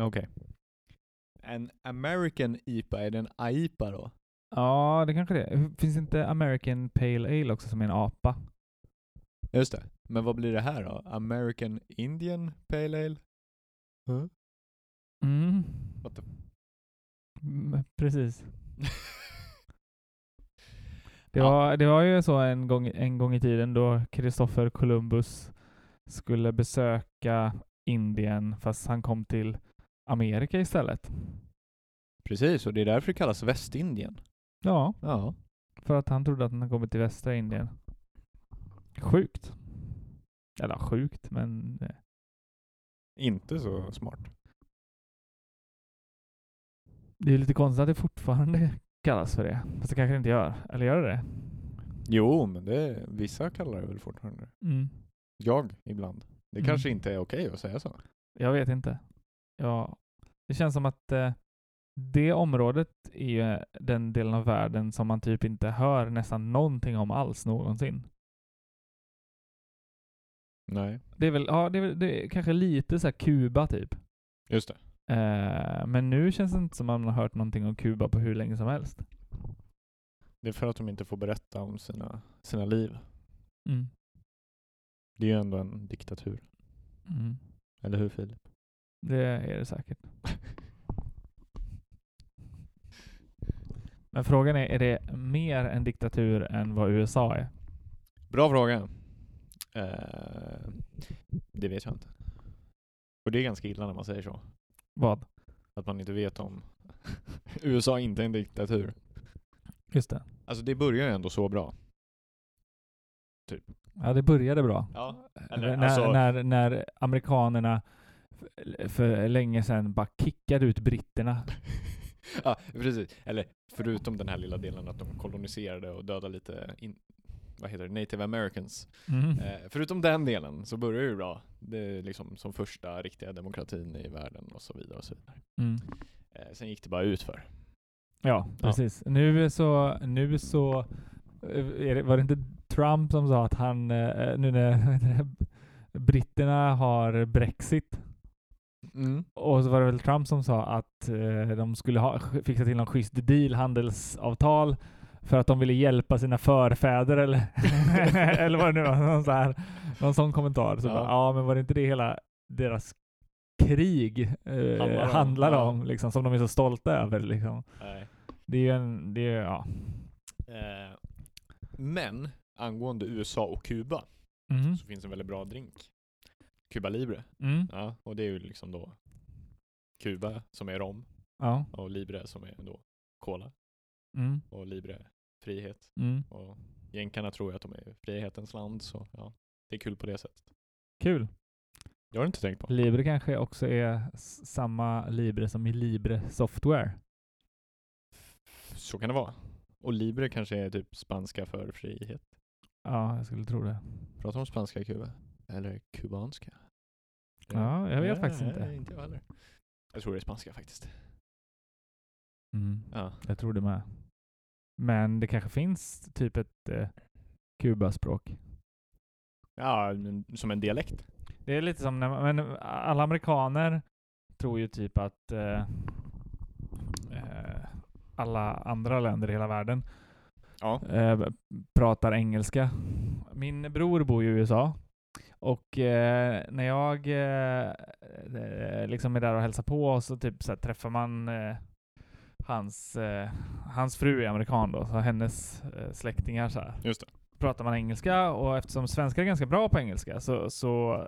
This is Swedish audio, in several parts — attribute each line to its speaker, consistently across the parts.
Speaker 1: Okej.
Speaker 2: En American IPA, är det en AIPA då?
Speaker 1: Ja, det kanske det är. Finns inte American Pale Ale också som är en apa?
Speaker 2: Just det. Men vad blir det här då? American Indian Pale Ale? Huh?
Speaker 1: Mm.
Speaker 2: What the-
Speaker 1: Mm, Precis. Det, var, det var ju så en gång, en gång i tiden då Kristoffer Columbus skulle besöka Indien fast han kom till Amerika istället.
Speaker 2: Precis, och det är därför det kallas Västindien.
Speaker 1: Ja,
Speaker 2: Ja.
Speaker 1: för att han trodde att han hade kommit till västra Indien. Sjukt. Eller ja, sjukt, men eh,
Speaker 2: Inte så smart.
Speaker 1: det är ju lite konstigt att det fortfarande kallas för det. Fast det kanske det inte gör. Eller gör det det?
Speaker 2: Jo, men det, vissa kallar det väl fortfarande det.
Speaker 1: Mm.
Speaker 2: Jag, ibland. Det
Speaker 1: Mm.
Speaker 2: kanske inte är okej att säga så.
Speaker 1: Jag vet inte. Ja, det känns som att eh, det området är ju eh, den delen av världen som man typ inte hör nästan någonting om alls någonsin.
Speaker 2: Nej.
Speaker 1: Det är väl, ja, det är, väl- det är kanske lite så här Kuba typ.
Speaker 2: Just det.
Speaker 1: Eh, men nu känns det inte som att man har hört någonting om Kuba på hur länge som helst.
Speaker 2: Det är för att de inte får berätta om sina, sina liv. Det är ju ändå en diktatur.
Speaker 1: Mm.
Speaker 2: Eller hur Filip?
Speaker 1: Det är det säkert. Men frågan är, är det mer en diktatur än vad USA är?
Speaker 2: Bra fråga. Eh, det vet jag inte. Och det är ganska illa när man säger så.
Speaker 1: Vad?
Speaker 2: Att man inte vet om USA inte är en diktatur.
Speaker 1: Just det.
Speaker 2: Alltså det börjar ju ändå så bra.
Speaker 1: Ja, det började bra.
Speaker 2: Ja. Eller,
Speaker 1: Eh, När,
Speaker 2: alltså-
Speaker 1: när, när amerikanerna f- för länge sedan bara kickade ut britterna.
Speaker 2: ja, precis. Eller förutom den här lilla delen att de koloniserade och dödade lite in, vad heter det? native americans. Eh, förutom den delen så börjar det ju bra. Det är liksom som första riktiga demokratin i världen och så vidare. Och så vidare.
Speaker 1: Mm.
Speaker 2: Eh, sen gick det bara ut för.
Speaker 1: Ja, precis. Nu så, nu så eh, är det, var det inte Trump som sa att han, eh, nu när vad heter det, britterna har Brexit, och så var det väl Trump som sa att eh, de skulle ha, fixa till någon schysst deal, handelsavtal, för att de ville hjälpa sina förfäder eller, eller vad det nu var. Någon, så här, någon sån kommentar. Så
Speaker 2: Ja.
Speaker 1: ja. Bara, ja, men var det inte det hela deras krig eh,
Speaker 2: Handlar
Speaker 1: handlar
Speaker 2: om,
Speaker 1: om,
Speaker 2: ja.
Speaker 1: liksom, som de är så stolta över? Liksom.
Speaker 2: Nej.
Speaker 1: Det är ju en, det är, ju- ja.
Speaker 2: Eh, men angående USA och Kuba
Speaker 1: Mm.
Speaker 2: så finns en väldigt bra drink. Cuba Libre.
Speaker 1: Mm.
Speaker 2: Ja, och det är ju liksom då Kuba som är rom
Speaker 1: Ja.
Speaker 2: och Libre som är då cola
Speaker 1: Mm.
Speaker 2: och Libre frihet.
Speaker 1: Mm.
Speaker 2: Och jänkarna tror ju att de är frihetens land så ja, det är kul på det sättet.
Speaker 1: Kul.
Speaker 2: Jag har inte tänkt på.
Speaker 1: Libre kanske också är s- samma Libre som i Libre Software.
Speaker 2: Så kan det vara. Och Libre kanske är typ spanska för frihet.
Speaker 1: Ja, jag skulle tro det.
Speaker 2: Pratar om spanska i Kuba? Eller kubanska?
Speaker 1: Ja, jag vet
Speaker 2: Ja,
Speaker 1: faktiskt inte.
Speaker 2: nej, Inte jag heller. Jag tror det är spanska faktiskt.
Speaker 1: Mm.
Speaker 2: Ja.
Speaker 1: Jag tror det med. Men det kanske finns typ ett eh, Kubaspråk.
Speaker 2: Ja, men som en dialekt.
Speaker 1: Det är lite som när man, men alla amerikaner tror ju typ att eh, eh, alla andra länder i hela världen
Speaker 2: Ja.
Speaker 1: eh, pratar engelska. Min bror bor ju i USA och eh, när jag eh, eh, liksom är där och hälsar på och så typ så här, träffar man eh, hans, eh, hans fru är amerikan då, så hennes eh, släktingar så här
Speaker 2: Just det.
Speaker 1: pratar man engelska och eftersom svenskar är ganska bra på engelska så, så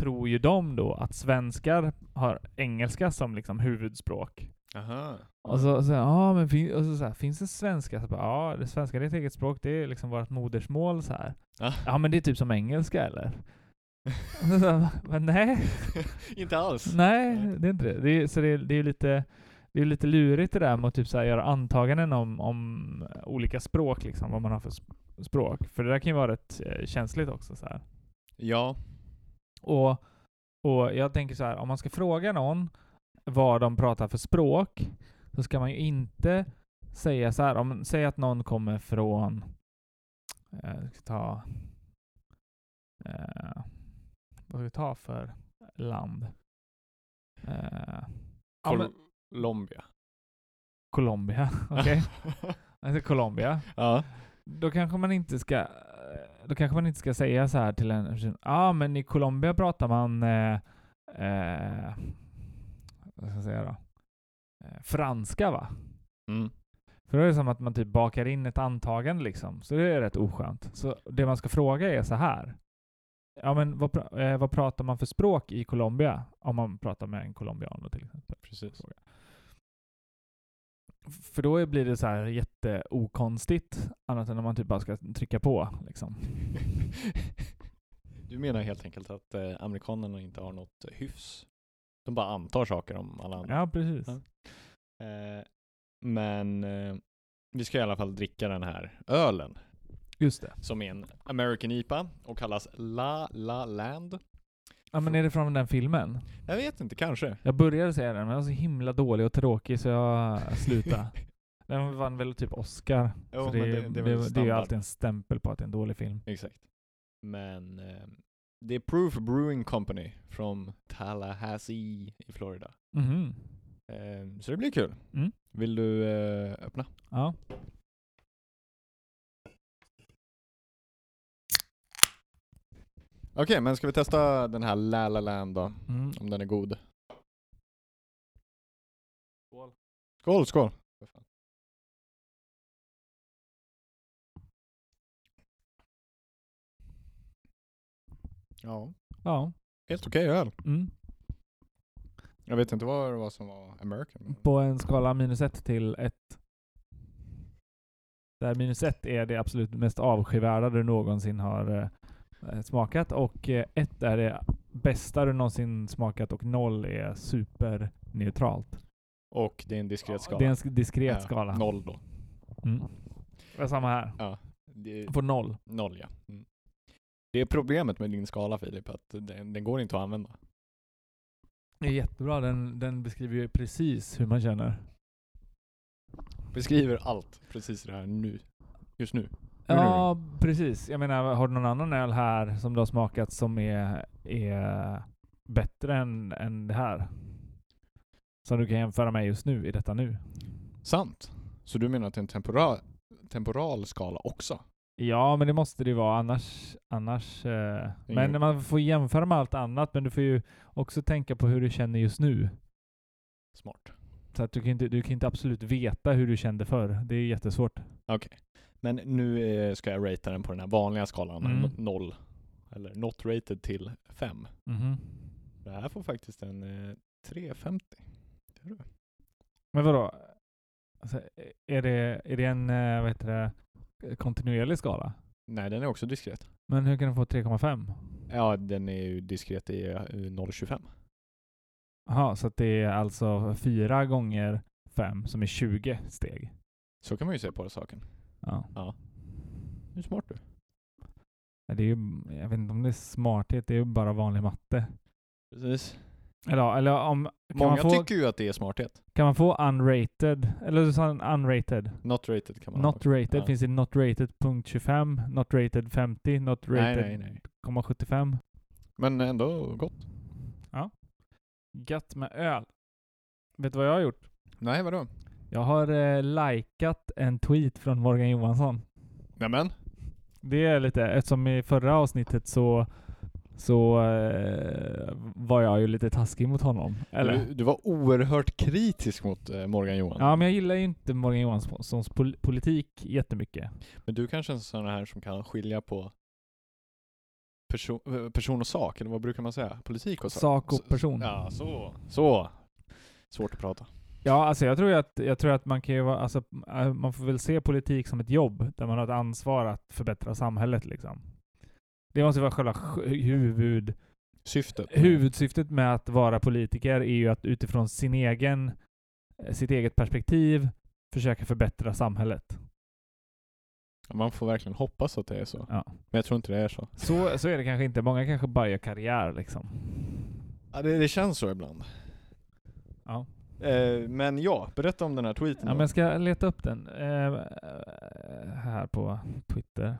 Speaker 1: tror ju de då att svenskar har engelska som liksom huvudspråk.
Speaker 2: Aha.
Speaker 1: Och så, så, ja, men fin- och så, så här, finns det svenska? Så bara, ja, det svenska det är ett eget språk, det är liksom vårt modersmål så här.
Speaker 2: Ja.
Speaker 1: Ja, men det är typ som engelska eller? Och så, så här, men nej,
Speaker 2: inte alls.
Speaker 1: nej, det är inte det. det är, så det är, det är lite det är lite lurigt det där med att typ så här göra antaganden om, om olika språk, liksom, vad man har för sp- språk. För det där kan ju vara rätt eh, känsligt också. Så här.
Speaker 2: Ja.
Speaker 1: Och, och jag tänker så här, om man ska fråga någon vad de pratar för språk, så ska man ju inte säga så här, om, säg att någon kommer från, eh, jag ska ta, eh, vad ska vi ta för land? Eh, Ja, men-
Speaker 2: Colombia.
Speaker 1: Colombia. Okej. Okay. Colombia.
Speaker 2: ja.
Speaker 1: Då kanske man inte ska då kanske man inte ska säga så här till en person. Ja, ah, men i Colombia pratar man eh, eh, vad ska jag säga då? Eh, franska va?
Speaker 2: Mm.
Speaker 1: För då är det som att man typ bakar in ett antagande liksom. Så det är rätt oskönt. Så det man ska fråga är så här. Ja men vad, pra- eh, vad pratar man för språk i Colombia? Om man pratar med en colombian då till exempel.
Speaker 2: Precis.
Speaker 1: För då blir det så här jätteokonstigt. Annat än om man typ bara ska trycka på liksom.
Speaker 2: Du menar helt enkelt att eh, amerikanerna inte har något hyfs? De bara antar saker om alla andra.
Speaker 1: Ja precis.
Speaker 2: Ja. Eh, men eh, vi ska i alla fall dricka den här ölen
Speaker 1: Just det.
Speaker 2: som är en American IPA och kallas La La Land.
Speaker 1: Ja men är det från den filmen?
Speaker 2: Jag vet inte, kanske.
Speaker 1: Jag började säga den men den var så himla dålig och tråkig så jag slutade. den vann väl typ Oscar.
Speaker 2: Jo,
Speaker 1: så
Speaker 2: men
Speaker 1: det,
Speaker 2: det-
Speaker 1: det,
Speaker 2: det är väl
Speaker 1: det, det är ju
Speaker 2: standard.
Speaker 1: alltid en stämpel på att det är en dålig film.
Speaker 2: Exakt. Men eh, det är Proof Brewing Company från Tallahassee i Florida.
Speaker 1: Mhm.
Speaker 2: Eh, så det blir kul.
Speaker 1: Mm.
Speaker 2: Vill du eh, öppna?
Speaker 1: Ja.
Speaker 2: Okej, men ska vi testa den här La La Land då?
Speaker 1: Mm.
Speaker 2: Om den är god. Skål, skål! Ja,
Speaker 1: Ja.
Speaker 2: helt okej öl.
Speaker 1: Mm.
Speaker 2: Jag vet inte vad det var som var American. men-
Speaker 1: På en skala minus ett till ett. Där minus ett är det absolut mest avskyvärda du någonsin har eh, smakat och eh, ett är det bästa du någonsin smakat och noll är superneutralt.
Speaker 2: Och det är en diskret skala.
Speaker 1: Det är en sk- diskret
Speaker 2: Ja,
Speaker 1: skala.
Speaker 2: Noll då.
Speaker 1: Mm. Det är samma här.
Speaker 2: Det,
Speaker 1: På noll.
Speaker 2: noll ja. Mm. Det är problemet med din skala Filip, att den, den går inte att använda.
Speaker 1: Det är jättebra. Den, den beskriver ju precis hur man känner.
Speaker 2: Beskriver allt precis det här nu. Just nu. Hur
Speaker 1: Ja, precis. Jag menar, har du någon annan öl här som du har smakat som är, är bättre än, än det här? Som du kan jämföra med just nu, i detta nu?
Speaker 2: Sant. Så du menar att det är en temporal, temporal skala också?
Speaker 1: Ja, men det måste det ju vara annars. annars eh,
Speaker 2: Ingen-
Speaker 1: men man får jämföra med allt annat, men du får ju också tänka på hur du känner just nu.
Speaker 2: Smart.
Speaker 1: Så att du kan inte, du kan inte absolut veta hur du kände förr. Det är jättesvårt.
Speaker 2: Okej. Men nu eh, ska jag ratea den på den här vanliga skalan.
Speaker 1: Mm.
Speaker 2: no- Noll. Eller not rated till fem.
Speaker 1: Mhm.
Speaker 2: Det här får faktiskt en eh, 3,50.
Speaker 1: Men vadå? Alltså, är, det, är det en eh, vad heter det, kontinuerlig skala?
Speaker 2: Nej, den är också diskret.
Speaker 1: Men hur kan den få 3,5?
Speaker 2: Ja, den är ju diskret i eh, 0,25.
Speaker 1: Jaha, så att det är alltså 4 gånger 5 som är 20 steg.
Speaker 2: Så kan man ju se på saken.
Speaker 1: Ja.
Speaker 2: Ja. Hur smart du är.
Speaker 1: Ja, Det är ju, jag vet inte om det är smarthet, det är ju bara vanlig matte.
Speaker 2: Precis.
Speaker 1: Eller, ja, eller om, kan,
Speaker 2: Många
Speaker 1: man få,
Speaker 2: tycker ju att det är smarthet.
Speaker 1: kan man få unrated? Eller du sa en unrated?
Speaker 2: Not rated kan man ha
Speaker 1: Not
Speaker 2: också.
Speaker 1: rated
Speaker 2: Ja.
Speaker 1: finns i not rated punkt 25, not rated 50, not
Speaker 2: Nej,
Speaker 1: rated
Speaker 2: nej, nej.
Speaker 1: 75.
Speaker 2: Men ändå gott.
Speaker 1: Gött med öl. Vet du vad jag har gjort?
Speaker 2: Nej, vadå?
Speaker 1: Jag har eh, likat en tweet från Morgan Johansson.
Speaker 2: Nämen.
Speaker 1: Det är lite, eftersom i förra avsnittet så, så eh, var jag ju lite taskig mot honom. Eller?
Speaker 2: Du, du var oerhört kritisk mot eh, Morgan Johan.
Speaker 1: Ja, men jag gillar ju inte Morgan Johanssons pol- politik jättemycket.
Speaker 2: Men du kanske är en sån här som kan skilja på perso- eh, person och sak, eller vad brukar man säga? Politik och sak?
Speaker 1: Sak och
Speaker 2: Så-
Speaker 1: person.
Speaker 2: Ja, så. Så. Svårt att prata.
Speaker 1: Ja, alltså jag tror ju att, jag tror att man kan ju vara, alltså, eh, man får väl se politik som ett jobb där man har ett ansvar att förbättra samhället liksom. Det måste vara själva sj- huvud,
Speaker 2: Syftet.
Speaker 1: Huvudsyftet med att vara politiker är ju att utifrån sin egen, eh, sitt eget perspektiv försöka förbättra samhället.
Speaker 2: Man får verkligen hoppas att det är så.
Speaker 1: Ja.
Speaker 2: Men jag tror inte det är så.
Speaker 1: Så, så är det kanske inte. Många kanske bara gör karriär liksom.
Speaker 2: Ja, det, det känns så ibland.
Speaker 1: Ja.
Speaker 2: Eh, men ja, berätta om den här tweeten.
Speaker 1: ja men
Speaker 2: då.
Speaker 1: jag ska leta upp den eh, här på Twitter.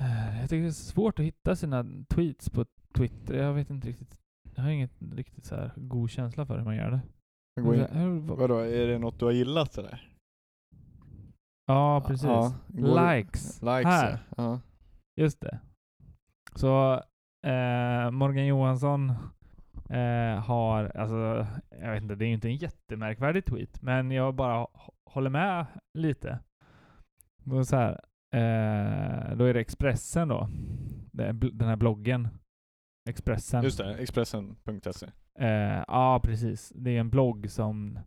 Speaker 1: Eh, Jag tycker det är svårt att hitta sina tweets på Twitter. Jag vet inte riktigt. jag har inget riktigt så här god känsla för hur man gör det.
Speaker 2: Gå in.
Speaker 1: Så här, eh, vad-
Speaker 2: Vadå, är det något du har gillat sådär?
Speaker 1: Ja, precis.
Speaker 2: Ja, går-
Speaker 1: Likes.
Speaker 2: Likes
Speaker 1: Här.
Speaker 2: ja. Ja.
Speaker 1: Just det. Så eh, Morgan Johansson eh, har, alltså, jag vet inte, det är ju inte en jättemärkvärdig tweet, men jag bara hå- håller med lite. Då, är det så här, eh, då är det Expressen då, Det är bl- den här bloggen. Expressen.
Speaker 2: Just det, Expressen.se.
Speaker 1: Eh, ja, precis. Det är en blogg som,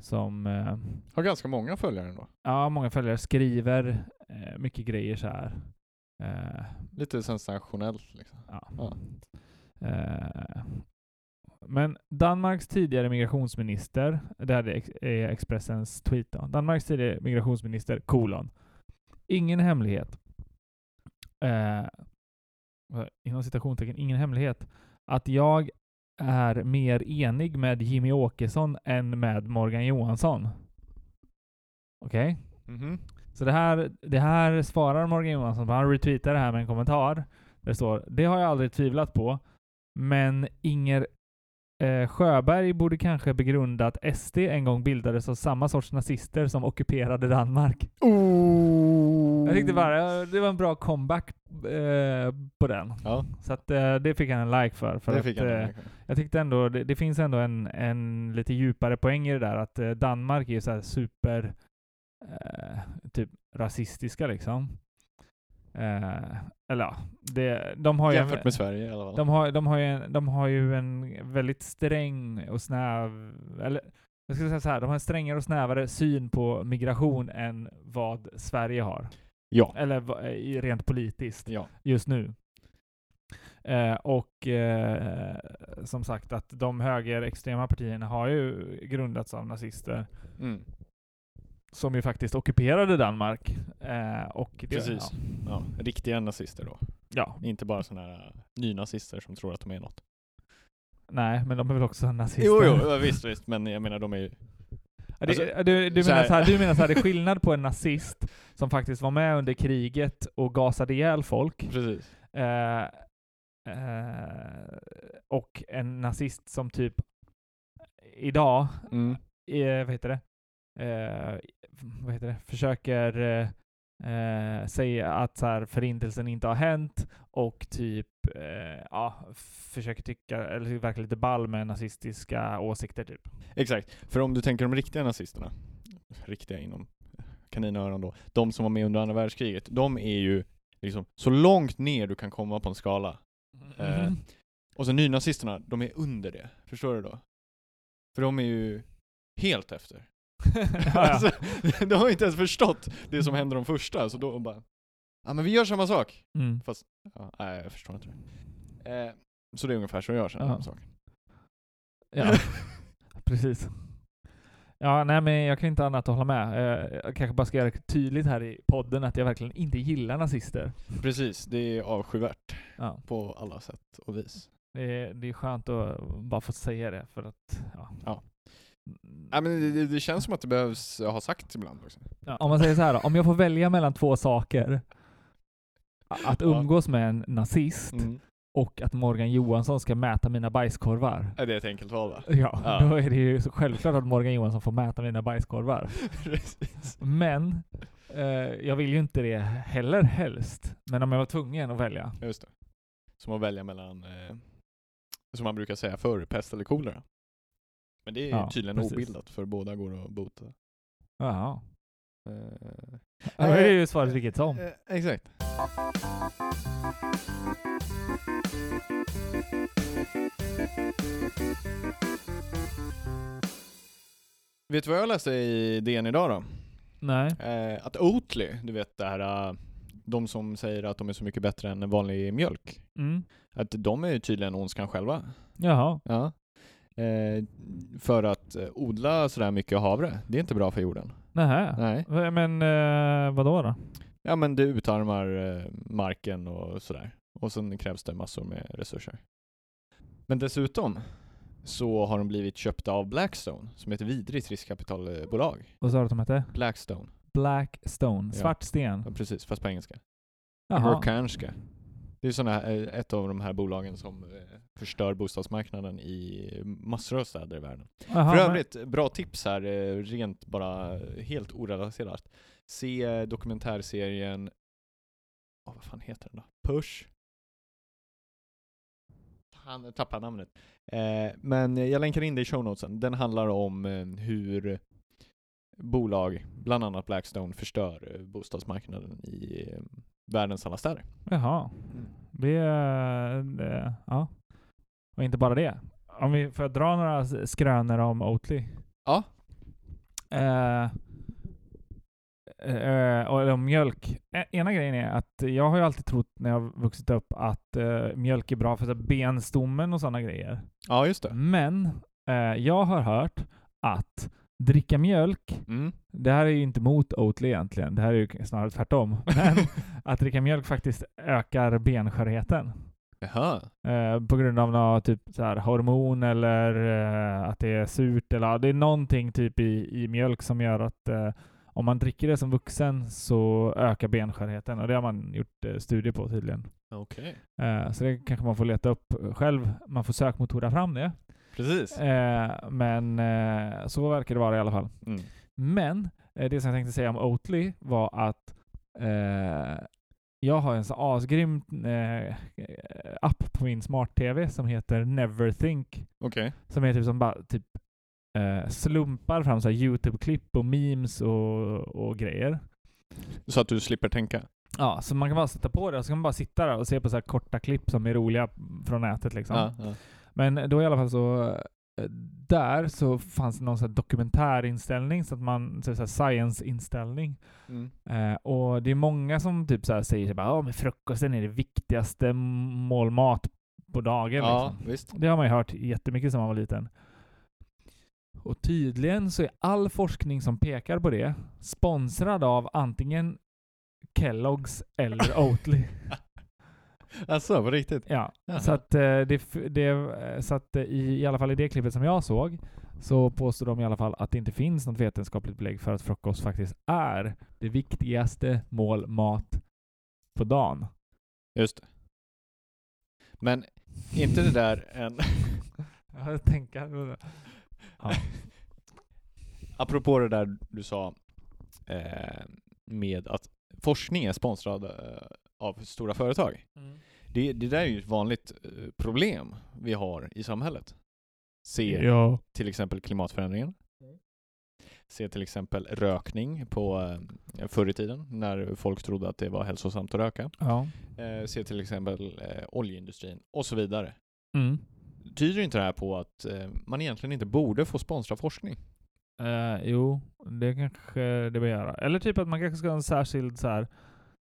Speaker 1: som eh,
Speaker 2: Har ganska många följare ändå.
Speaker 1: ja, många följare skriver eh, mycket grejer så här. Eh,
Speaker 2: Lite sensationellt liksom.
Speaker 1: Ja.
Speaker 2: Ja.
Speaker 1: Eh, Men Danmarks tidigare migrationsminister, det här är Ex- är Expressens tweet då. Danmarks tidigare migrationsminister, kolon. Ingen hemlighet. Eh, vad- inom citationstecken, ingen hemlighet. Att jag är mer enig med Jimmy Åkesson än med Morgan Johansson. Okej?
Speaker 2: Mhm.
Speaker 1: Så det här, det här svarar Morgan Johansson på. Han retweetar det här med en kommentar. Där det står “Det har jag aldrig tvivlat på, men Inger eh, Sjöberg borde kanske begrunda att SD en gång bildades av samma sorts nazister som ockuperade Danmark”.
Speaker 2: Oh.
Speaker 1: Jag tyckte bara det var en bra comeback eh, på den.
Speaker 2: Ja,
Speaker 1: Så att, eh, det fick han en like för. för
Speaker 2: det
Speaker 1: att,
Speaker 2: fick han.
Speaker 1: eh,
Speaker 2: en like.
Speaker 1: jag tyckte ändå, det, det finns ändå en, en lite djupare poäng i det där att eh, Danmark är ju så här super eh, typ rasistiska liksom. Eh, eller ja, det, de har ju...
Speaker 2: Jämfört
Speaker 1: en,
Speaker 2: med Sverige i alla fall.
Speaker 1: de har, de, har ju en, de har ju en väldigt sträng och snäv, eller jag skulle säga så här, de har en strängare och snävare syn på migration än vad Sverige har.
Speaker 2: Ja.
Speaker 1: Eller va- i- rent politiskt
Speaker 2: ja.
Speaker 1: just nu. Eh, och eh, som sagt att de högerextrema partierna har ju grundats av nazister
Speaker 2: Mm.
Speaker 1: som ju faktiskt ockuperade Danmark. Eh, och det,
Speaker 2: Precis. ja. Riktiga nazister då.
Speaker 1: Ja, ja,
Speaker 2: Inte bara sådana här eh, nynazister som tror att de är något.
Speaker 1: nej, men de är väl också nazister?
Speaker 2: Jo, jo, ja, visst, visst. Men jag menar, de är ju...
Speaker 1: Ja, det,
Speaker 2: Alltså,
Speaker 1: du, du,
Speaker 2: så
Speaker 1: menar
Speaker 2: här-
Speaker 1: så här, du menar så här, det är skillnad på en nazist som faktiskt var med under kriget och gasade ihjäl folk
Speaker 2: Precis.
Speaker 1: Eh, eh, och en nazist som typ idag
Speaker 2: Mm.
Speaker 1: eh, vad heter det? Eh, vad heter det? Försöker eh, eh, säga att så här, förintelsen inte har hänt och typ eh, ja, försöker tycka, eller verkar lite ball med nazistiska åsikter typ.
Speaker 2: Exakt. För om du tänker de riktiga nazisterna, riktiga inom kaninöron då, de som var med under andra världskriget, de är ju liksom så långt ner du kan komma på en skala. Eh,
Speaker 1: Mhm.
Speaker 2: Och så nynazisterna, de är under det. Förstår du då? För de är ju helt efter.
Speaker 1: ja.
Speaker 2: alltså, de har ju inte ens förstått det som hände de första, så då bara Ja men vi gör samma sak!
Speaker 1: mm.
Speaker 2: Ja, nej jag förstår inte det. Eh, så det är ungefär så jag känner
Speaker 1: Ja.
Speaker 2: om saken.
Speaker 1: Ja, precis. Ja, nej men jag kan inte annat att hålla med. Eh, jag kanske bara ska göra tydligt här i podden att jag verkligen inte gillar nazister.
Speaker 2: Precis, det är avskyvärt
Speaker 1: Ja,
Speaker 2: på alla sätt och vis.
Speaker 1: det, är, det är skönt att bara få säga det för att, ja. Mm.
Speaker 2: Ja. Nej men det- det, det känns som att det behövs ha sagt ibland också.
Speaker 1: Ja. Om man säger så här då, om jag får välja mellan två saker. Att
Speaker 2: Ja.
Speaker 1: umgås med en nazist
Speaker 2: Mm.
Speaker 1: och att Morgan Johansson ska mäta mina bajskorvar.
Speaker 2: Är det ett enkelt val va?
Speaker 1: Ja,
Speaker 2: Ja.
Speaker 1: då är det ju så självklart att Morgan Johansson får mäta mina bajskorvar.
Speaker 2: Precis.
Speaker 1: Men eh, jag vill ju inte det heller helst. Men om jag var tvungen att välja.
Speaker 2: Just det. Som att välja mellan, eh, som man brukar säga förr, pest eller kolera. Men det är
Speaker 1: Ja,
Speaker 2: tydligen
Speaker 1: precis.
Speaker 2: obildat för båda går att bota.
Speaker 1: Jaha.
Speaker 2: Eh,
Speaker 1: Då är det ju svaret vilket som.
Speaker 2: Eh, exakt. Vet du vad jag läste i DN idag då?
Speaker 1: Nej.
Speaker 2: Eh, att Oatly, du vet det här, eh, de som säger att de är så mycket bättre än vanlig mjölk.
Speaker 1: Mm.
Speaker 2: Att de är ju tydligen ondskan själva.
Speaker 1: Jaha.
Speaker 2: Ja. Eh, för att eh, odla sådär mycket havre, det är inte bra för jorden.
Speaker 1: Nähä.
Speaker 2: Nej.
Speaker 1: Men eh, vadå då?
Speaker 2: Ja men det utarmar eh, marken och sådär. Och sen krävs det massor med resurser. Men dessutom så har de blivit köpta av Blackstone, som är ett vidrigt riskkapitalbolag.
Speaker 1: Vad sa du att de hette?
Speaker 2: Blackstone,
Speaker 1: Blackstone.
Speaker 2: Ja.
Speaker 1: Svart sten.
Speaker 2: ja, precis, fast på engelska.
Speaker 1: Jaha.
Speaker 2: Amerikanska. Det är såna, eh, ett av de här bolagen som eh, förstör bostadsmarknaden i massor av städer i världen.
Speaker 1: Aha,
Speaker 2: För övrigt, bra tips här, eh, rent bara eh, helt orelaterat. Se eh, dokumentärserien, åh vad fan heter den då? Push? Fan, jag tappar namnet. Eh, men jag länkar in det i show notesen. Den handlar om eh, hur bolag, bland annat Blackstone, förstör eh, bostadsmarknaden i eh, världens alla städer.
Speaker 1: men, jaha.
Speaker 2: Mm.
Speaker 1: Det, eh, det, ja. Och inte bara det. Om vi får jag dra några s- skrönor om Oatly?
Speaker 2: Ja.
Speaker 1: Eh, eh, och om mjölk. E- Ena grejen är att jag har ju alltid trott när jag har vuxit upp att eh, mjölk är bra för så här benstommen och sådana grejer.
Speaker 2: Ja, just det.
Speaker 1: Men eh, jag har hört att dricka mjölk,
Speaker 2: Mm.
Speaker 1: det här är ju inte mot Oatly egentligen, det här är ju snarare tvärtom. Men att dricka mjölk faktiskt ökar benskörheten.
Speaker 2: Jaha.
Speaker 1: Eh, på grund av något typ så här hormon eller eh, att det är surt eller ja, det är någonting typ i, i mjölk som gör att eh, om man dricker det som vuxen så ökar benskörheten och det har man gjort eh, studier på tydligen.
Speaker 2: Okej.
Speaker 1: Eh, så det kanske man får leta upp själv. Man får sökmotora fram det.
Speaker 2: Precis.
Speaker 1: Eh, men eh, så verkar det vara i alla fall.
Speaker 2: Mm.
Speaker 1: Men eh, det som jag tänkte säga om Oatly var att eh, jag har en så asgrym eh, app på min smart-tv som heter Neverthink.
Speaker 2: Okej.
Speaker 1: Som är typ som bara typ eh, slumpar fram så här YouTube-klipp och memes och, och grejer.
Speaker 2: Så att du slipper tänka?
Speaker 1: Ja, så man kan bara sätta på det och så kan man bara sitta där och se på så här korta klipp som är roliga från nätet liksom.
Speaker 2: Ja, ja.
Speaker 1: Men då i alla fall så eh, där så fanns det någon så här dokumentärinställning, så att man, så så här science-inställning.
Speaker 2: Mm.
Speaker 1: Eh, och det är många som typ så här säger så bara, "Ja, men frukosten är det viktigaste mål mat på dagen.
Speaker 2: Ja,
Speaker 1: Liksom.
Speaker 2: visst.
Speaker 1: Det har man ju hört jättemycket sedan man var liten. Och tydligen så är all forskning som pekar på det sponsrad av antingen Kellogg's eller Oatly.
Speaker 2: Alltså, på riktigt?
Speaker 1: Ja,
Speaker 2: Jaha.
Speaker 1: så att, eh, det, f- det, eh, så att eh, i, i alla fall i det klippet som jag såg så påstår de i alla fall att det inte finns något vetenskapligt belägg för att frukost faktiskt är det viktigaste mål mat på dagen.
Speaker 2: Just det. Men är inte det där en...
Speaker 1: Jag tänker... Ja.
Speaker 2: Apropå det där du sa eh, med att forskning är sponsrad eh, av stora företag. Det, det där är ju ett vanligt eh, problem vi har i samhället. Se
Speaker 1: Ja.
Speaker 2: till exempel klimatförändringen. Se till exempel rökning på eh, förr i tiden när folk trodde att det var hälsosamt att röka.
Speaker 1: ja.
Speaker 2: Eh, se till exempel eh, oljeindustrin och så vidare.
Speaker 1: Mm.
Speaker 2: Tyder inte det här på att eh, man egentligen inte borde få sponsra forskning?
Speaker 1: Eh, jo, det kanske det bör göra. Eller typ att man kanske ska ha en särskild så här.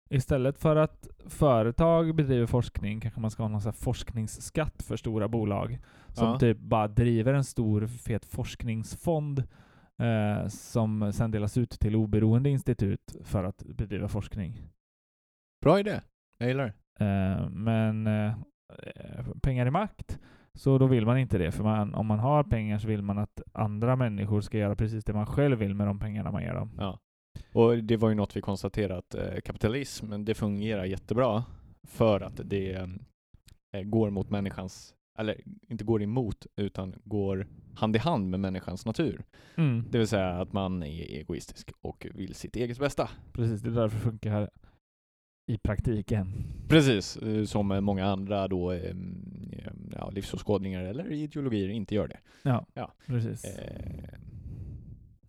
Speaker 1: Istället för att företag bedriver forskning kanske man ska ha någon så här forskningsskatt för stora bolag. Som
Speaker 2: Ja.
Speaker 1: typ bara driver en stor fet forskningsfond eh, som sen delas ut till oberoende institut för att bedriva forskning.
Speaker 2: Bra idé. Jag gillar det.
Speaker 1: Eh, men eh, eh, pengar är makt. Så då vill man inte det, för man, om man har pengar så vill man att andra människor ska göra precis det man själv vill med de pengarna man ger dem.
Speaker 2: Ja. Och det var ju något vi konstaterade att eh, kapitalismen, det fungerar jättebra för att det eh, går mot människans, eller inte går emot, utan går hand i hand med människans natur.
Speaker 1: Mm.
Speaker 2: Det vill säga att man är egoistisk och vill sitt eget bästa.
Speaker 1: Precis, det är därför det funkar här i praktiken.
Speaker 2: Precis, eh, som eh, många andra då, eh, eh, ja, livsåskådningar eller ideologier inte gör det.
Speaker 1: Precis.
Speaker 2: Eh,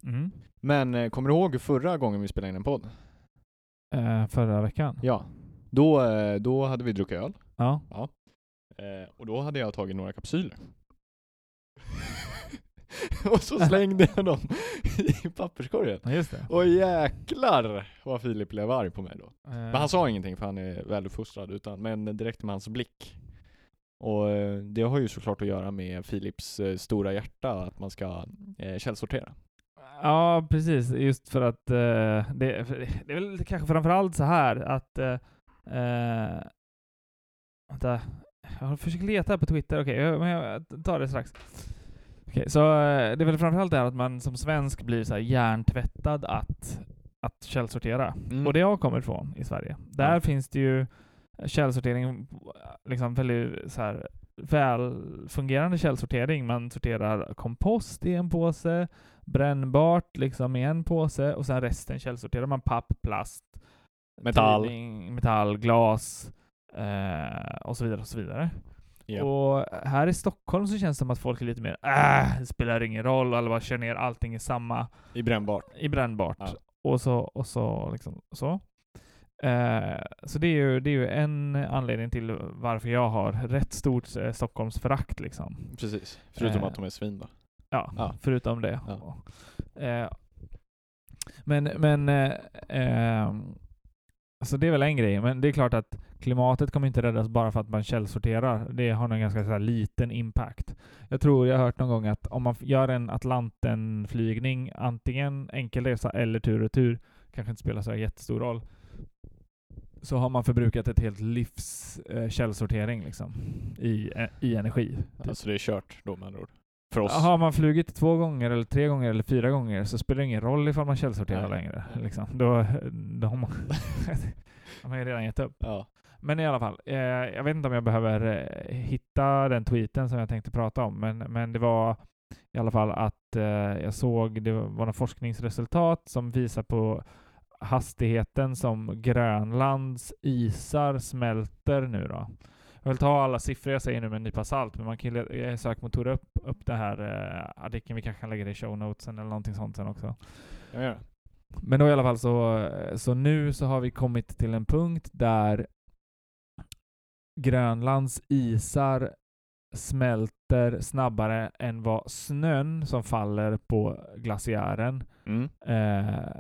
Speaker 1: Mm.
Speaker 2: Men eh, kommer du ihåg förra gången vi spelade in en podd?
Speaker 1: Eh, förra veckan.
Speaker 2: Ja. Då, eh, då hade vi druckit öl.
Speaker 1: Ja.
Speaker 2: Eh, och då hade jag tagit några kapsyler. och så slängde jag dem i papperskorgen.
Speaker 1: ja, just det.
Speaker 2: Och jäklar vad Filip blev arg på mig då. Men
Speaker 1: Eh,
Speaker 2: han sa ingenting för han är väluppfostrad, utan, men direkt med hans blick. Och eh, det har ju såklart att göra med Filips eh, stora hjärta, att man ska eh, källsortera.
Speaker 1: ja, precis. Just för att eh, det, det är väl kanske framförallt så här att... Eh, eh, vänta. Jag har försökt leta på Twitter, okej, jag- men jag tar det strax. Okej, så eh, det är väl framförallt det här att man som svensk blir så här hjärntvättad Mm. att, att källsortera. Och det jag kommer ifrån i Sverige. Där
Speaker 2: Mm. Ja.
Speaker 1: finns det ju källsortering, liksom väldigt så här, välfungerande källsortering. Man sorterar kompost i en påse, brännbart liksom i en påse och sen resten källsorterar man papp, plast,
Speaker 2: Metall.
Speaker 1: tidning, metall glas eh, och så vidare. Och så vidare.
Speaker 2: Ja.
Speaker 1: Och här i Stockholm så känns det som att folk är lite mer äh, det spelar ingen roll, alla bara kör ner allting i samma
Speaker 2: I brännbart.
Speaker 1: i brännbart.
Speaker 2: Ja.
Speaker 1: Och så, och så liksom så. Eh, så det är, ju, det är ju en anledning till varför jag har rätt stort eh, Stockholmsförakt liksom.
Speaker 2: Precis. Förutom
Speaker 1: Eh.
Speaker 2: att de är svin då.
Speaker 1: Ja,
Speaker 2: Ja.
Speaker 1: förutom det.
Speaker 2: Ja.
Speaker 1: Eh, men, men eh, ehm, så det är väl en grej, men det är klart att klimatet kommer inte räddas bara för att man källsorterar. Det har nog en ganska så här, liten impact. Jag tror jag har hört någon gång att om man f- gör en Atlantenflygning, antingen enkelresa eller tur och tur, kanske inte spelar så här jättestor roll, så har man förbrukat ett helt livs eh, källsortering liksom, i, eh, i energi.
Speaker 2: Ja, så Alltså, det är kört då med andra ord. För oss.
Speaker 1: Har man flugit två gånger, eller tre gånger, eller fyra gånger så spelar det ingen roll ifall man källsorterar
Speaker 2: Nej.
Speaker 1: längre. Liksom. Då, då har man, har man ju redan gett upp.
Speaker 2: Ja.
Speaker 1: Men i alla fall, eh, jag vet inte om jag behöver eh, hitta den tweeten som jag tänkte prata om, men, men det var i alla fall att eh, jag såg, det var något forskningsresultat som visar på hastigheten som Grönlands isar smälter nu då. Jag vill ta alla siffror jag säger nu med en nypa salt, men man kan ju le- eh, sökmotora upp, upp det här eh, artikeln. Vi kanske kan lägga det i show notesen eller någonting sånt sen också.
Speaker 2: Ja, ja.
Speaker 1: Men då i alla fall så, så nu så har vi kommit till en punkt där Grönlands isar smälter snabbare än vad snön som faller på glaciären
Speaker 2: Mm.
Speaker 1: eh,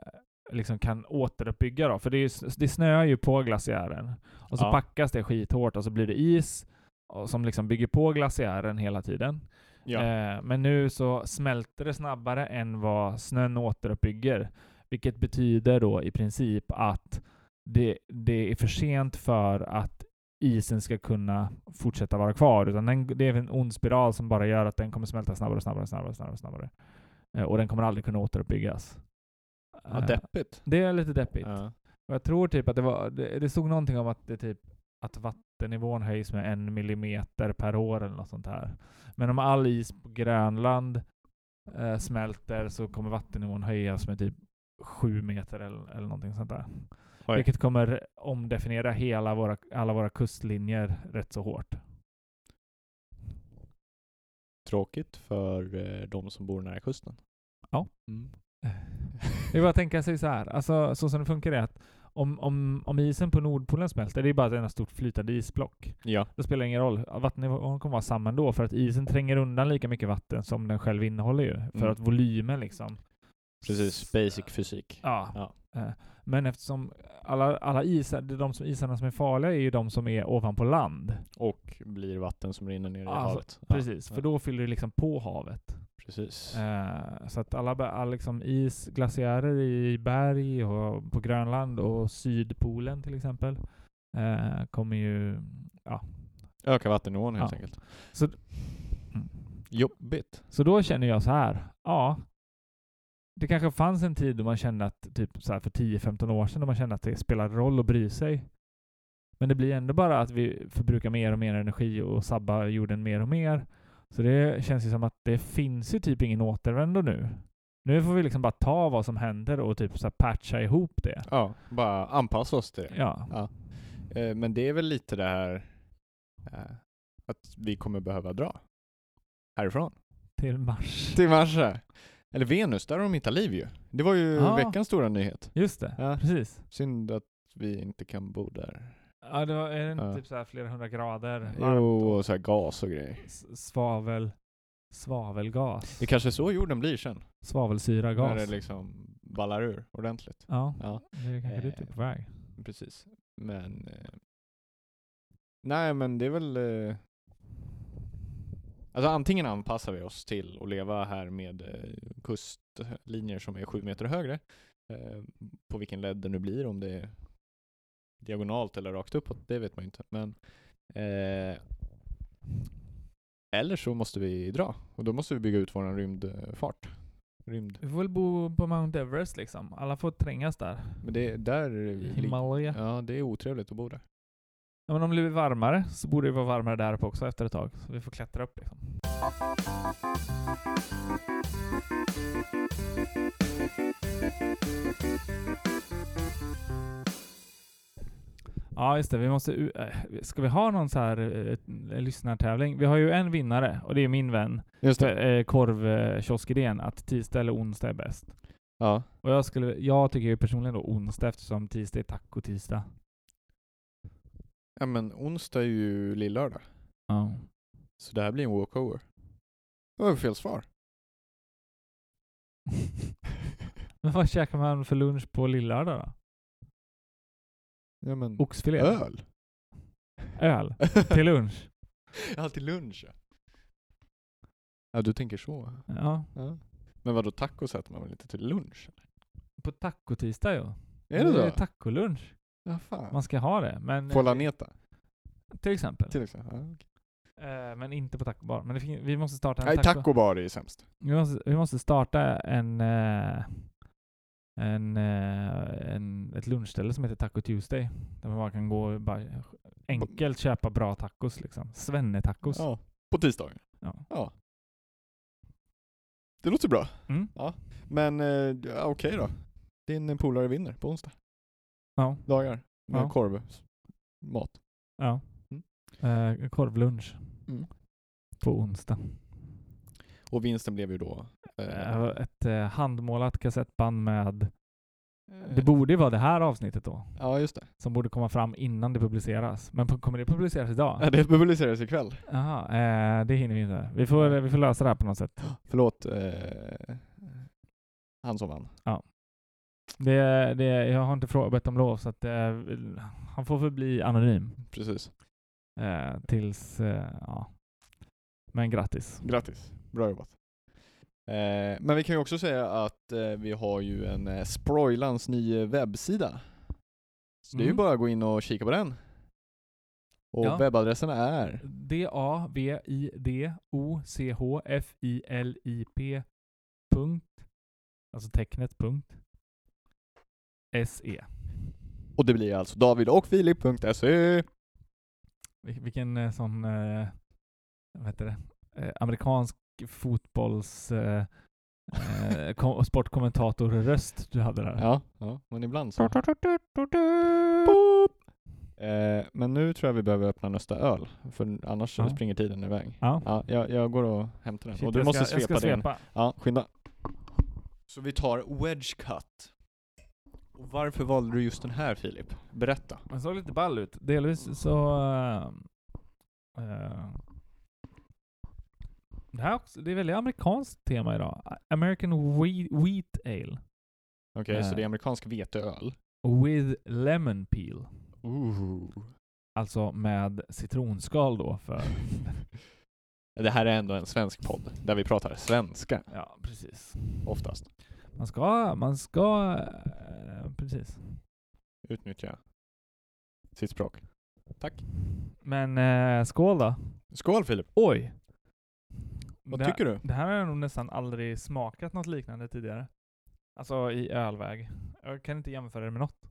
Speaker 1: liksom kan återuppbygga. Då. För det, är ju, s- det snöar ju på glaciären och så
Speaker 2: Ja.
Speaker 1: packas det skithårt och så blir det is och som liksom bygger på glaciären hela tiden.
Speaker 2: Ja.
Speaker 1: Eh, men nu så smälter det snabbare än vad snön återuppbygger. Vilket betyder då i princip att det, det är för sent för att isen ska kunna fortsätta vara kvar. Utan den, det är en ond spiral som bara gör att den kommer smälta snabbare och snabbare och snabbare. och snabbare, och snabbare. Eh, och den kommer aldrig kunna återuppbyggas.
Speaker 2: ja,
Speaker 1: Eh,
Speaker 2: deppigt.
Speaker 1: det är lite deppigt.
Speaker 2: Ja.
Speaker 1: Och jag tror typ att det var, det, det stod någonting om att det typ att vattennivån höjs med en millimeter per år eller något sånt här. Men om all is på Grönland eh, smälter så kommer vattennivån höjas med typ sju meter eller, eller någonting sånt där.
Speaker 2: Oj.
Speaker 1: Vilket kommer omdefiniera hela våra, alla våra kustlinjer rätt så hårt.
Speaker 2: Tråkigt för eh, de som bor nära kusten.
Speaker 1: Ja.
Speaker 2: Mm.
Speaker 1: Det är bara att tänka sig så här, alltså så som det funkar är att om, om, om isen på Nordpolen smälter, det är bara ett enda stort flytande isblock.
Speaker 2: Ja.
Speaker 1: Det spelar ingen roll. Vattennivån kommer vara samma ändå för att isen tränger undan lika mycket vatten som den själv innehåller ju. För
Speaker 2: Mm.
Speaker 1: att volymen liksom.
Speaker 2: Precis, basic fysik.
Speaker 1: Ja. Eh, Men eftersom alla, alla isar, det är de som, isarna som är farliga är ju de som är ovanpå land.
Speaker 2: Och blir vatten som rinner ner i
Speaker 1: Alltså,
Speaker 2: havet. Ja,
Speaker 1: Precis,
Speaker 2: ja.
Speaker 1: för då fyller det liksom på havet.
Speaker 2: Precis.
Speaker 1: Eh, Så att alla, be- all liksom is, glaciärer i berg och på Grönland och Sydpolen till exempel eh, kommer ju... Ja.
Speaker 2: Öka vattennivån helt
Speaker 1: Ja.
Speaker 2: enkelt.
Speaker 1: Så- mm,
Speaker 2: Jobbigt.
Speaker 1: Så då känner jag så här, ja. Det kanske fanns en tid då man kände att, typ så här för 10-15 år sedan, då man kände att det spelar roll att bry sig. Men det blir ändå bara att vi förbrukar mer och mer energi och sabbar jorden mer och mer. Så det känns ju som att det finns ju typ ingen återvändo nu. Nu får vi liksom bara ta vad som händer och typ så här patcha ihop det.
Speaker 2: Ja, bara anpassa oss till det.
Speaker 1: Ja.
Speaker 2: Eh, Men det är väl lite det här eh, att vi kommer behöva dra härifrån.
Speaker 1: Till Mars.
Speaker 2: Till Marsa. Eller Venus, där har de hittat liv ju. Det var ju
Speaker 1: Ja.
Speaker 2: veckans stora nyhet.
Speaker 1: Just det,
Speaker 2: Ja.
Speaker 1: precis.
Speaker 2: Synd att vi inte kan bo där.
Speaker 1: Ja, det var, är det inte
Speaker 2: Ja.
Speaker 1: typ så här flera hundra grader? varmt
Speaker 2: Jo,
Speaker 1: och
Speaker 2: och så här gas och grejer.
Speaker 1: s- Svavel, svavelgas.
Speaker 2: Det är kanske så jorden blir sen.
Speaker 1: Svavelsyra,
Speaker 2: När det
Speaker 1: gas.
Speaker 2: liksom ballar ur ordentligt.
Speaker 1: Ja,
Speaker 2: Ja,
Speaker 1: det är kanske
Speaker 2: Eh.
Speaker 1: dit är på väg.
Speaker 2: precis. Men... Eh, nej, men det är väl... Eh, alltså antingen anpassar vi oss till att leva här med eh, kustlinjer som är sju meter högre. Eh, på vilken led det nu blir, om det är diagonalt eller rakt uppåt, det vet man ju inte. Men... Eh, eller så måste vi dra, och då måste vi bygga ut vår rymdfart. Rymd.
Speaker 1: Vi får väl bo på Mount Everest liksom. Alla får trängas där.
Speaker 2: Men det, där...
Speaker 1: I Himalaya.
Speaker 2: Ja, det är otrevligt att bo där.
Speaker 1: Ja, men om det blir varmare så borde det vara varmare där uppe också efter ett tag. Så vi får klättra upp liksom. Ja, just det. Vi måste, u- eh, ska vi ha någon så här eh, lyssnartävling? Vi har ju en vinnare och det är min vän
Speaker 2: Just
Speaker 1: eh, korvkioskidén att tisdag eller onsdag är bäst.
Speaker 2: Ja.
Speaker 1: Och jag, skulle, jag tycker ju personligen då onsdag eftersom tisdag är tacotisdag.
Speaker 2: ja, men onsdag är ju lillördag.
Speaker 1: Ja.
Speaker 2: Så det här blir en walkover. Det var fel svar.
Speaker 1: Men vad käkar man för lunch på lillördag då?
Speaker 2: Ja, men
Speaker 1: Oxfilé?
Speaker 2: öl.
Speaker 1: Öl? Till lunch?
Speaker 2: Ja, till lunch. ja. Ja, du tänker så.
Speaker 1: Ja.
Speaker 2: Ja. Men vadå, tacos äter man väl inte till lunch?
Speaker 1: På tacotisdag ju.
Speaker 2: Är det så?
Speaker 1: Tacolunch.
Speaker 2: Ja, fan.
Speaker 1: Man ska ha det. Men,
Speaker 2: Polaneta,
Speaker 1: till exempel.
Speaker 2: till exempel. Ja, okej.
Speaker 1: Eh, men inte på tacobar. Men det fin- vi måste starta en
Speaker 2: Nej,
Speaker 1: taco.
Speaker 2: taco bar är ju sämst.
Speaker 1: Vi måste, vi måste starta en, eh, en, eh, en, ett lunchställe som heter Taco Tuesday. Där man bara kan gå och bara enkelt köpa bra tacos. Liksom. Svenne-tacos. Ja.
Speaker 2: Ja, på tisdagen. Det låter bra.
Speaker 1: Mm.
Speaker 2: Men eh, ja, okej då. Din polare vinner på onsdag.
Speaker 1: Ja.
Speaker 2: Dagar med
Speaker 1: Ja.
Speaker 2: korv, mat.
Speaker 1: ja. Eh, korvlunch
Speaker 2: Mm.
Speaker 1: på onsdag.
Speaker 2: Och vinsten blev ju då... eh,
Speaker 1: Eh, ett eh, handmålat kassettband med... Det
Speaker 2: eh,
Speaker 1: borde ju vara det här avsnittet då.
Speaker 2: Ja, just det.
Speaker 1: Som borde komma fram innan det publiceras. Men på- kommer det publiceras idag?
Speaker 2: Ja, det publiceras ikväll.
Speaker 1: Jaha, eh, det hinner vi inte. Vi får, vi får lösa det här på något sätt.
Speaker 2: Förlåt, eh, han som vann.
Speaker 1: Det, det, jag har inte frå- bett om lov, så att, eh, han får förbli anonym
Speaker 2: Precis.
Speaker 1: eh, tills... Eh, ja. Men grattis.
Speaker 2: Grattis. Bra jobbat. Eh, men vi kan ju också säga att eh, vi har ju en eh, Sproilans ny eh, webbsida. Så det är ju
Speaker 1: Mm.
Speaker 2: bara att gå in och kika på den. Och
Speaker 1: Ja.
Speaker 2: webbadressen är
Speaker 1: D-A-V-I-D-O-C-H-F-I-L-I-P punkt, alltså tecknet punkt, E. S-E.
Speaker 2: Och det blir alltså davidochfilip.se
Speaker 1: Vil- Vilken eh, sån, eh, vad heter det, eh, amerikansk fotbolls eh, eh, kom- sportkommentatorröst du hade där.
Speaker 2: Ja, ja, men ibland så. Boop. Eh, men nu tror jag vi behöver öppna nästa öl, för annars så
Speaker 1: Ja.
Speaker 2: springer tiden iväg.
Speaker 1: Ja.
Speaker 2: Ja, jag, jag går och hämtar den.
Speaker 1: Shit,
Speaker 2: och du
Speaker 1: jag
Speaker 2: måste
Speaker 1: ska, jag
Speaker 2: svepa
Speaker 1: ska
Speaker 2: din.
Speaker 1: svepa.
Speaker 2: Ja, skynda. Så vi tar wedge cut. Och varför valde du just den här Filip? Berätta.
Speaker 1: Den såg lite ball ut. Delvis så... eh, eh, det här också, det är väldigt amerikanskt tema idag. American wheat, wheat Ale.
Speaker 2: Okej,
Speaker 1: Eh.
Speaker 2: så det är amerikansk veteöl.
Speaker 1: With lemon peel.
Speaker 2: Ooh.
Speaker 1: Alltså med citronskal då för...
Speaker 2: Det här är ändå en svensk podd, där vi pratar svenska
Speaker 1: Ja, precis.
Speaker 2: oftast.
Speaker 1: Man ska... Man ska... eh, precis.
Speaker 2: Utnyttja sitt språk. Tack.
Speaker 1: Men eh, skål då.
Speaker 2: Skål Filip!
Speaker 1: Oj!
Speaker 2: Vad
Speaker 1: det,
Speaker 2: tycker du?
Speaker 1: Det här har jag nog nästan aldrig smakat något liknande tidigare. Alltså i ölväg. Jag kan inte jämföra det med något.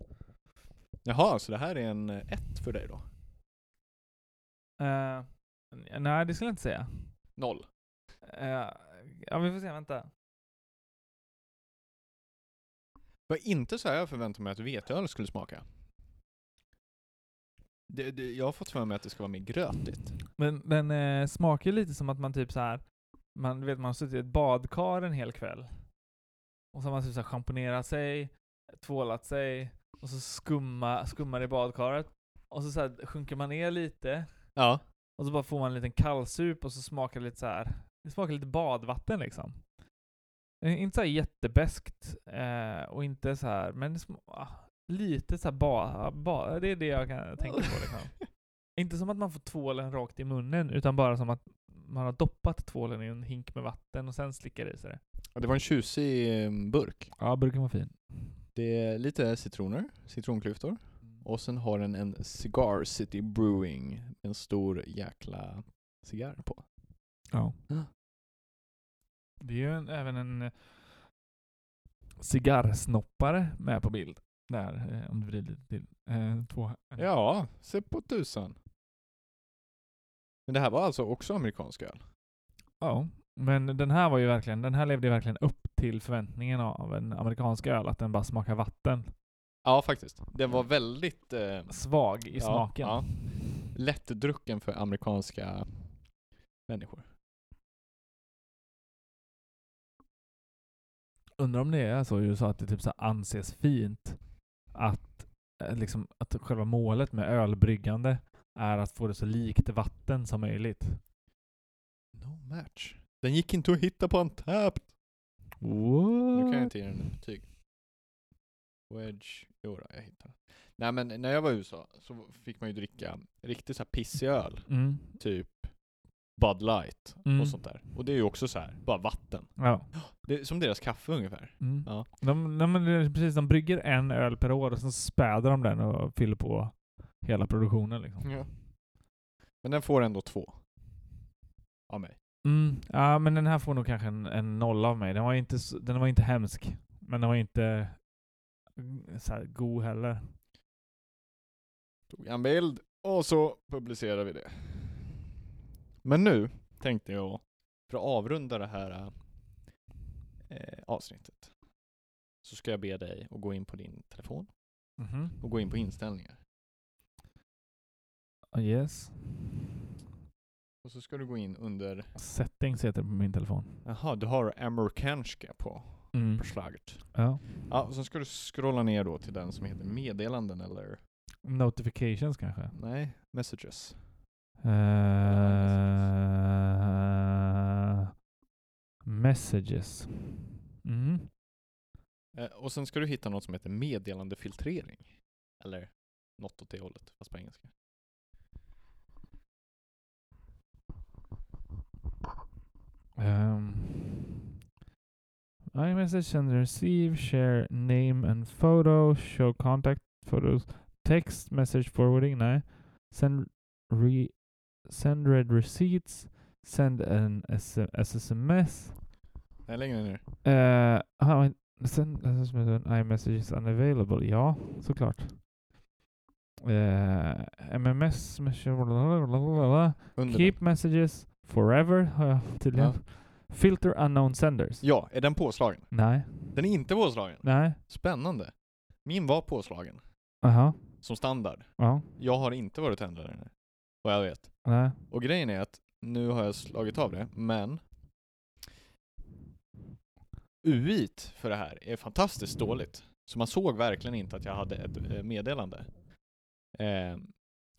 Speaker 2: Jaha, så det här är en eh, ett för dig då?
Speaker 1: Eh, nej, det skulle jag inte säga.
Speaker 2: Noll.
Speaker 1: Eh, ja, vi får se. Vänta.
Speaker 2: Det var inte så här jag förväntade mig att veteöl skulle smaka. Det, det, jag har fått för mig att det ska vara mer grötigt.
Speaker 1: Men den eh, smakar ju lite som att man typ så här. Man du vet, man har suttit i ett badkar en hel kväll. Och så har man typ så här schamponerat sig, tvålat sig, och så skumma, skummar i badkaret. Och så, så här, sjunker man ner lite,
Speaker 2: Ja.
Speaker 1: och så bara får man en liten kallsup och så smakar det lite så här. Det smakar lite badvatten liksom. Eh, Inte så här jättebeskt eh, och inte så här, men det sma- ah, lite så här ba, ba, det är det jag kan tänka på liksom. inte som att man får tvålen rakt i munnen, utan bara som att man har doppat tvålen i en hink med vatten och sen slickar i sig det.
Speaker 2: Ja, Det var en tjusig eh, burk.
Speaker 1: Ja, burken var fin.
Speaker 2: Det är lite citroner, citronklyftor. Och sen har den en Cigar City Brewing. En stor jäkla cigarr på.
Speaker 1: Ja.
Speaker 2: Ja.
Speaker 1: Det är ju en, även en eh, cigarrsnoppare med på bild. Där, eh, om du vrider lite till. Eh, två här.
Speaker 2: Mm. Ja, se på tusan. Men det här var alltså också amerikansk öl?
Speaker 1: Ja, men den här var ju verkligen, den här levde ju verkligen upp till förväntningen av en amerikansk öl, att den bara smakar vatten.
Speaker 2: Ja, faktiskt. Den var väldigt eh,
Speaker 1: Svag i
Speaker 2: Ja,
Speaker 1: smaken.
Speaker 2: ja. lättdrucken för amerikanska människor.
Speaker 1: Undrar om det är så i USA att det typ så här anses fint att, eh, liksom, att själva målet med ölbryggande är att få det så likt vatten som möjligt.
Speaker 2: No match. Den gick inte att hitta på Untapped. Nu
Speaker 1: Mm.
Speaker 2: kan jag inte ge den ett betyg. Wedge. Jo då, jag hittar den. Nej men när jag var i USA så fick man ju dricka riktigt så här pissig öl.
Speaker 1: Mm.
Speaker 2: Typ Bud Light
Speaker 1: Mm.
Speaker 2: och sånt där. Och det är ju också så här, bara vatten.
Speaker 1: Ja.
Speaker 2: Det är som deras kaffe ungefär.
Speaker 1: Mm.
Speaker 2: Ja.
Speaker 1: De, de, det är precis, de brygger en öl per år och sen späder de den och fyller på hela produktionen. Liksom.
Speaker 2: Men den får ändå två. Av mig.
Speaker 1: Mm. Ja, men den här får nog kanske en, en nolla av mig. Den var, inte, s- den var inte hemsk, men den var inte mm, så här, god heller.
Speaker 2: Tog jag en bild och så publicerar vi det. Men nu tänkte jag, för att avrunda det här eh, avsnittet, så ska jag be dig att gå in på din telefon
Speaker 1: Mhm.
Speaker 2: Mm-hmm. och gå in på inställningar.
Speaker 1: Yes.
Speaker 2: Och så ska du gå in under,
Speaker 1: Settings heter det på min telefon.
Speaker 2: jaha, du har amerikanska på
Speaker 1: Mm.
Speaker 2: förslaget.
Speaker 1: Ja.
Speaker 2: Ja, och sen ska du scrolla ner då till den som heter meddelanden eller,
Speaker 1: Notifications kanske?
Speaker 2: nej, messages.
Speaker 1: Eh, messages. Mm.
Speaker 2: Eh, och sen ska du hitta något som heter meddelandefiltrering. Eller något åt det hållet, fast på engelska.
Speaker 1: Um, iMessage and receive, share name and photo, show contact photos, text message forwarding, nej. Send re send red receipts, send an S SMS.
Speaker 2: Nej, längre ner.
Speaker 1: Uh, send SMS when iMessage is unavailable, ja såklart. Eh, MMS,
Speaker 2: Under
Speaker 1: keep messages forever har jag tydligen. Filter unknown senders.
Speaker 2: Ja, är den påslagen?
Speaker 1: Nej,
Speaker 2: Den är inte påslagen.
Speaker 1: nej,
Speaker 2: Spännande. Min var påslagen.
Speaker 1: aha,
Speaker 2: Som standard.
Speaker 1: ja,
Speaker 2: Jag har inte varit tändare nu. Vad jag vet.
Speaker 1: nej.
Speaker 2: Och grejen är att nu har jag slagit av det, men UI't för det här är fantastiskt dåligt. Så man såg verkligen inte att jag hade ett eh, meddelande. Eh,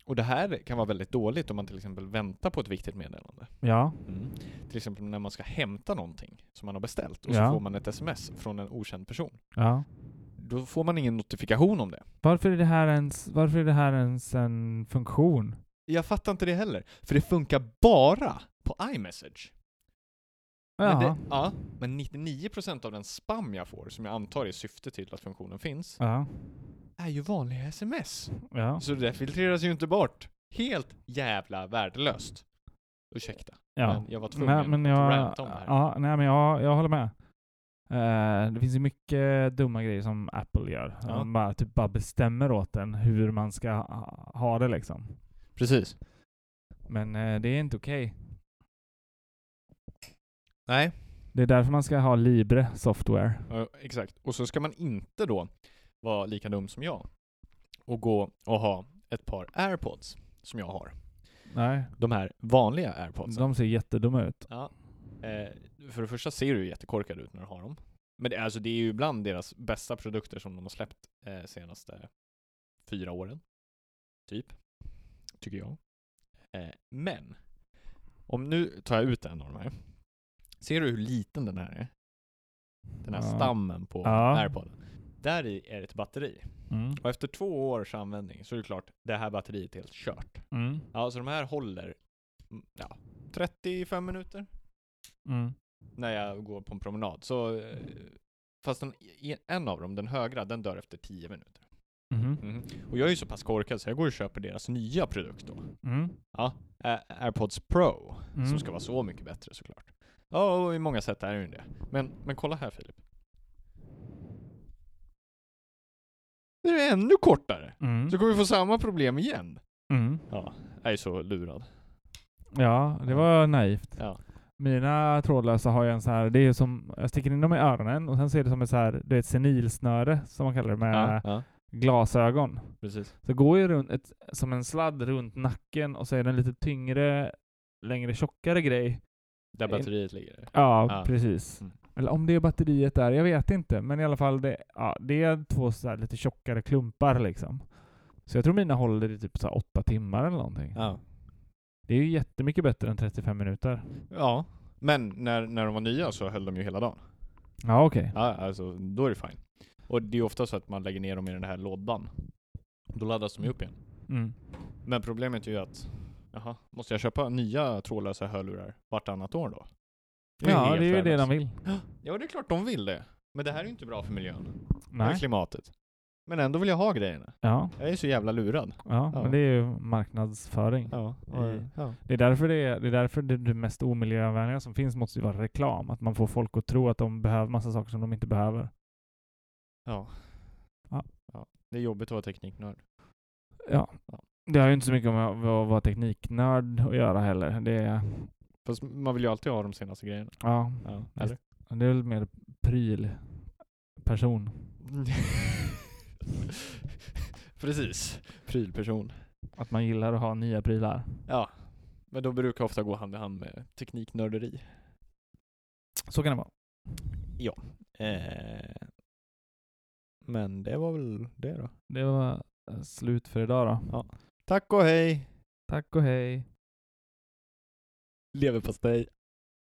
Speaker 2: och det här kan vara väldigt dåligt om man till exempel väntar på ett viktigt meddelande.
Speaker 1: Ja,
Speaker 2: Mm. Till exempel när man ska hämta någonting som man har beställt och
Speaker 1: Ja.
Speaker 2: så får man ett sms från en okänd person.
Speaker 1: ja.
Speaker 2: Då får man ingen notifikation om det.
Speaker 1: Varför är det här ens, varför är det här ens en funktion?
Speaker 2: Jag fattar inte det heller, för det funkar bara på iMessage. Men,
Speaker 1: Ja,
Speaker 2: det, ja, men 99% av den spam jag får, som jag antar är syfte till att funktionen finns,
Speaker 1: ja,
Speaker 2: är ju vanliga sms.
Speaker 1: ja,
Speaker 2: Så det filtreras ju inte bort. Helt jävla värdelöst. Ursäkta,
Speaker 1: ja.
Speaker 2: men jag var tvungen
Speaker 1: Nej, men
Speaker 2: att
Speaker 1: jag,
Speaker 2: ranta om det här.
Speaker 1: ja, nej, men jag, jag håller med. Eh, det finns ju mycket dumma grejer som Apple gör.
Speaker 2: Ja.
Speaker 1: De bara, typ bara bestämmer åt en hur man ska ha- ha det liksom.
Speaker 2: Precis.
Speaker 1: Men eh, det är inte okej.
Speaker 2: Nej,
Speaker 1: Det är därför man ska ha Libre software.
Speaker 2: ja, exakt. Och så ska man inte då vara lika dum som jag och gå och ha ett par airpods som jag har.
Speaker 1: Nej,
Speaker 2: De här vanliga airpodsen.
Speaker 1: de ser jättedumma ut.
Speaker 2: Ja. Eh, för det första ser du ju jättekorkad ut när du har dem. Men det, alltså, det är ju bland deras bästa produkter som de har släppt eh, senaste fyra åren. Typ. Tycker jag. Eh, men. Om nu tar jag ut en av de här. Ser du hur liten den här är? Den här
Speaker 1: Ja.
Speaker 2: stammen på
Speaker 1: Ja.
Speaker 2: airpodden. Där i är ett batteri.
Speaker 1: Mm.
Speaker 2: Och efter två års användning så är det klart, det här batteriet är helt kört.
Speaker 1: Mm.
Speaker 2: Ja, så de här håller mm, ja, 35 minuter
Speaker 1: Mm.
Speaker 2: när jag går på en promenad. Så, eh, fast den, e- en av dem, den högra, den dör efter 10 minuter.
Speaker 1: Mhm.
Speaker 2: Mhm. Och jag är ju så pass korkad så jag går och köper deras nya produkt då.
Speaker 1: Mm.
Speaker 2: Ja, Ä- AirPods Pro,
Speaker 1: Mm.
Speaker 2: som ska vara så mycket bättre såklart. Ja, och i många sätt är den ju det. Men, men kolla här Filip. Det är ännu kortare.
Speaker 1: Mm.
Speaker 2: Så kommer vi få samma problem igen.
Speaker 1: Mm.
Speaker 2: Ja, jag är så lurad.
Speaker 1: Ja, det var naivt.
Speaker 2: Ja.
Speaker 1: Mina trådlösa har ju en så här, det är ju som, jag sticker in dem i öronen och sen ser det som ett så här, du vet senilsnöre som man kallar det med
Speaker 2: Ja, ja,
Speaker 1: glasögon.
Speaker 2: precis.
Speaker 1: Så går ju runt ett, som en sladd runt nacken och så är det en lite tyngre, längre, tjockare grej.
Speaker 2: Där
Speaker 1: In-
Speaker 2: batteriet ligger.
Speaker 1: Ja,
Speaker 2: Ja.
Speaker 1: precis.
Speaker 2: Mm.
Speaker 1: Eller om det är batteriet där, jag vet inte. Men i alla fall, det, ja, det är två så här lite tjockare klumpar liksom. Så jag tror mina håller i typ så här åtta timmar eller någonting.
Speaker 2: Ja.
Speaker 1: Det är ju jättemycket bättre än 35 minuter.
Speaker 2: ja. Men när, när de var nya så höll de ju hela dagen.
Speaker 1: Ja, okej.
Speaker 2: Ja, alltså då är det fine. Och det är ofta så att man lägger ner dem i den här lådan. Då laddas de ju upp igen.
Speaker 1: Mm.
Speaker 2: Men problemet är ju att, jaha, måste jag köpa nya trådlösa hörlurar vartannat år då? ju
Speaker 1: Ja,
Speaker 2: helt
Speaker 1: det är ju det
Speaker 2: värdelöst.
Speaker 1: de vill.
Speaker 2: Ja, det är klart de vill det. Men det här är ju inte bra för miljön. Eller
Speaker 1: Nej.
Speaker 2: klimatet. Men ändå vill jag ha grejerna.
Speaker 1: Ja,
Speaker 2: Jag är så jävla lurad.
Speaker 1: ja,
Speaker 2: Ja.
Speaker 1: men det är ju marknadsföring.
Speaker 2: Ja.
Speaker 1: och-
Speaker 2: ja.
Speaker 1: Det är därför det, är, det, är därför det, det mest omiljövänliga som finns måste ju vara reklam. Att man får folk att tro att de behöver massa saker som de inte behöver.
Speaker 2: Ja.
Speaker 1: Ja.
Speaker 2: Det är jobbigt att vara tekniknörd.
Speaker 1: Ja.
Speaker 2: Ja.
Speaker 1: Det har ju inte så mycket med att vara vara tekniknörd att göra heller. Det är,
Speaker 2: Fast man vill ju alltid ha de senaste grejerna.
Speaker 1: ja,
Speaker 2: Ja.
Speaker 1: Eller? det är väl mer prylperson.
Speaker 2: Precis. Prylperson.
Speaker 1: Att man gillar att ha nya prylar.
Speaker 2: Ja. Men då brukar ofta gå hand i hand med tekniknörderi.
Speaker 1: Så kan det vara.
Speaker 2: Eh. Men det var väl det då.
Speaker 1: Det var eh, slut för idag då.
Speaker 2: Ja. Tack och hej!
Speaker 1: Tack och hej.
Speaker 2: Leverpastej!